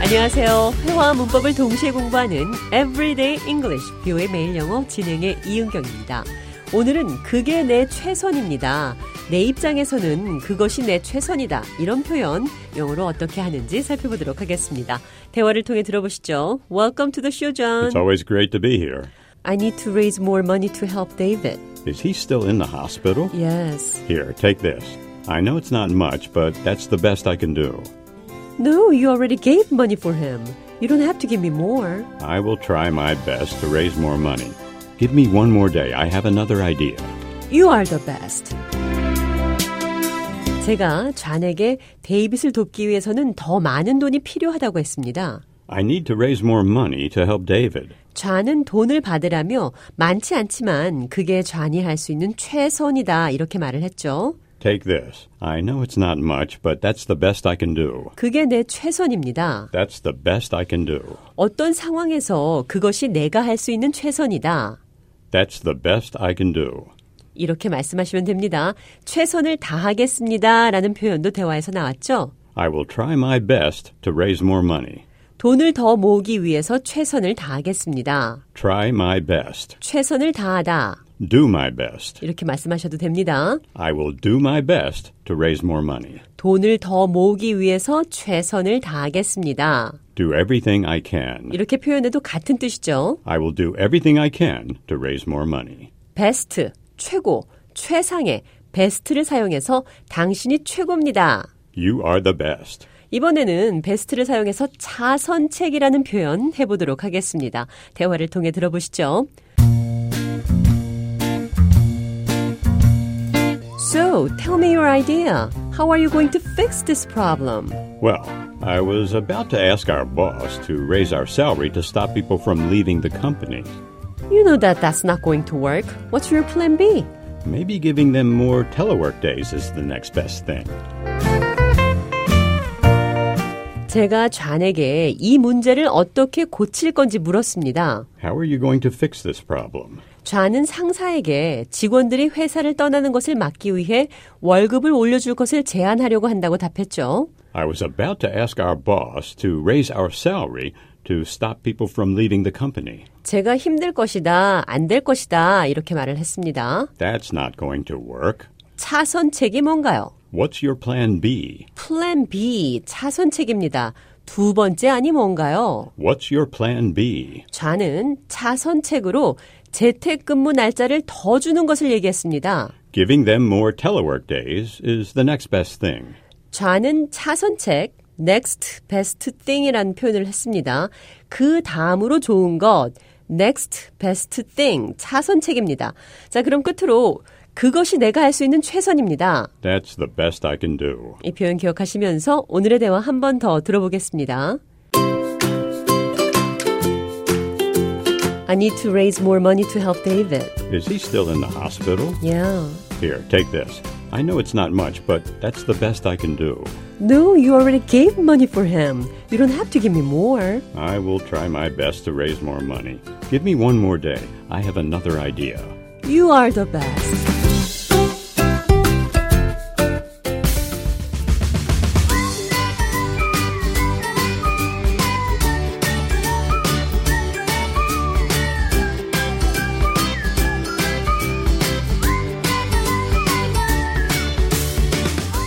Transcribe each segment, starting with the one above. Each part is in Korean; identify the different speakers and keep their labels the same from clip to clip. Speaker 1: 안녕하세요. 회화와 문법을 동시에 공부하는 Everyday English, 뷰의 매일 영어 진행의 이은경입니다. 오늘은 그게 내 최선입니다. 내 입장에서는 그것이 내 최선이다. 이런 표현 영어로 어떻게 하는지 살펴보도록 하겠습니다. 대화를 통해 들어보시죠. Welcome to the show, John.
Speaker 2: It's always great to be here.
Speaker 1: I need to raise more money to help David.
Speaker 2: Is he still in the hospital?
Speaker 1: Yes.
Speaker 2: Here, take this. I know it's not much, but that's the best I can do.
Speaker 1: No, you already gave money for him. You don't have to give me more.
Speaker 2: I will try my best to raise more money. Give me one more day. I have another idea.
Speaker 1: You are the best. 제가 잔에게 데이빗을 돕기 위해서는 더 많은 돈이 필요하다고 했습니다.
Speaker 2: I need to raise more money to help David.
Speaker 1: 좌는 돈을 받으라며 많지 않지만 그게 좌니 할 수 있는 최선이다 이렇게 말을 했죠.
Speaker 2: Take this. I know it's not much, but that's the best I can do.
Speaker 1: 그게 내 최선입니다.
Speaker 2: That's the best I can do.
Speaker 1: 어떤 상황에서 그것이 내가 할 수 있는 최선이다.
Speaker 2: That's the best I can do.
Speaker 1: 이렇게 말씀하시면 됩니다. 최선을 다하겠습니다. 라는 표현도 대화에서 나왔죠.
Speaker 2: I will try my best to raise more money.
Speaker 1: 돈을 더 모으기 위해서 최선을 다하겠습니다.
Speaker 2: Try my best.
Speaker 1: 최선을 다하다.
Speaker 2: Do my best.
Speaker 1: 이렇게 말씀하셔도 됩니다.
Speaker 2: I will do my best to raise more money.
Speaker 1: 돈을 더 모으기 위해서 최선을 다하겠습니다.
Speaker 2: Do everything I can.
Speaker 1: 이렇게 표현해도 같은 뜻이죠.
Speaker 2: I will do everything I can to raise more money.
Speaker 1: 베스트, 최고, 최상의 베스트를 사용해서 당신이 최고입니다.
Speaker 2: You are the best.
Speaker 1: 이번에는 베스트를 사용해서 자선책이라는 표현 해보도록 하겠습니다. 대화를 통해 들어보시죠. So, tell me your idea. How are you going to fix this problem?
Speaker 2: Well, I was about to ask our boss to raise our salary to stop people from leaving the company.
Speaker 1: You know that that's not going to work. What's your plan B?
Speaker 2: Maybe giving them more telework days is the next best thing.
Speaker 1: 제가 좌에게 이 문제를 어떻게 고칠 건지 물었습니다.
Speaker 2: How are you going to fix this problem?
Speaker 1: 좌는 상사에게 직원들이 회사를 떠나는 것을 막기 위해 월급을 올려줄 것을 제안하려고 한다고 답했죠.
Speaker 2: I was about to ask our boss to raise our salary to stop people from leaving the company.
Speaker 1: 제가 힘들 것이다, 안 될 것이다, 이렇게 말을 했습니다.
Speaker 2: That's not going to work.
Speaker 1: 차선책이 뭔가요?
Speaker 2: What's your plan B?
Speaker 1: 플랜 B, 차선책입니다. 두 번째 아니 뭔가요?
Speaker 2: What's your plan B?
Speaker 1: 좌는 차선책으로 재택근무 날짜를 더 주는 것을 얘기했습니다.
Speaker 2: Giving them more telework days is the next best thing.
Speaker 1: 좌는 차선책, next best thing이라는 표현을 했습니다. 그 다음으로 좋은 것, next best thing, 차선책입니다. 자, 그럼 끝으로 그것이 내가 할 수 있는 최선입니다.
Speaker 2: That's the best I can do.
Speaker 1: 이 표현 기억하시면서 오늘의 대화 한 번 더 들어보겠습니다. I need to raise more money to help David.
Speaker 2: Is he still in the hospital?
Speaker 1: Yeah.
Speaker 2: Here, take this. I know it's not much, but that's the best I can do.
Speaker 1: No, you already gave money for him. You don't have to give me more.
Speaker 2: I will try my best to raise more money. Give me one more day. I have another idea.
Speaker 1: You are the best.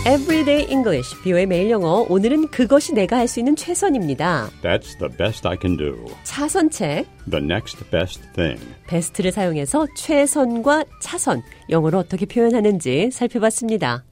Speaker 1: Everyday English, 비오의 매일 영어. 오늘은 그것이 내가 할 수 있는 최선입니다.
Speaker 2: That's the best I can do.
Speaker 1: 차선책,
Speaker 2: The next best thing.
Speaker 1: 베스트를 사용해서 최선과 차선, 영어로 어떻게 표현하는지 살펴봤습니다.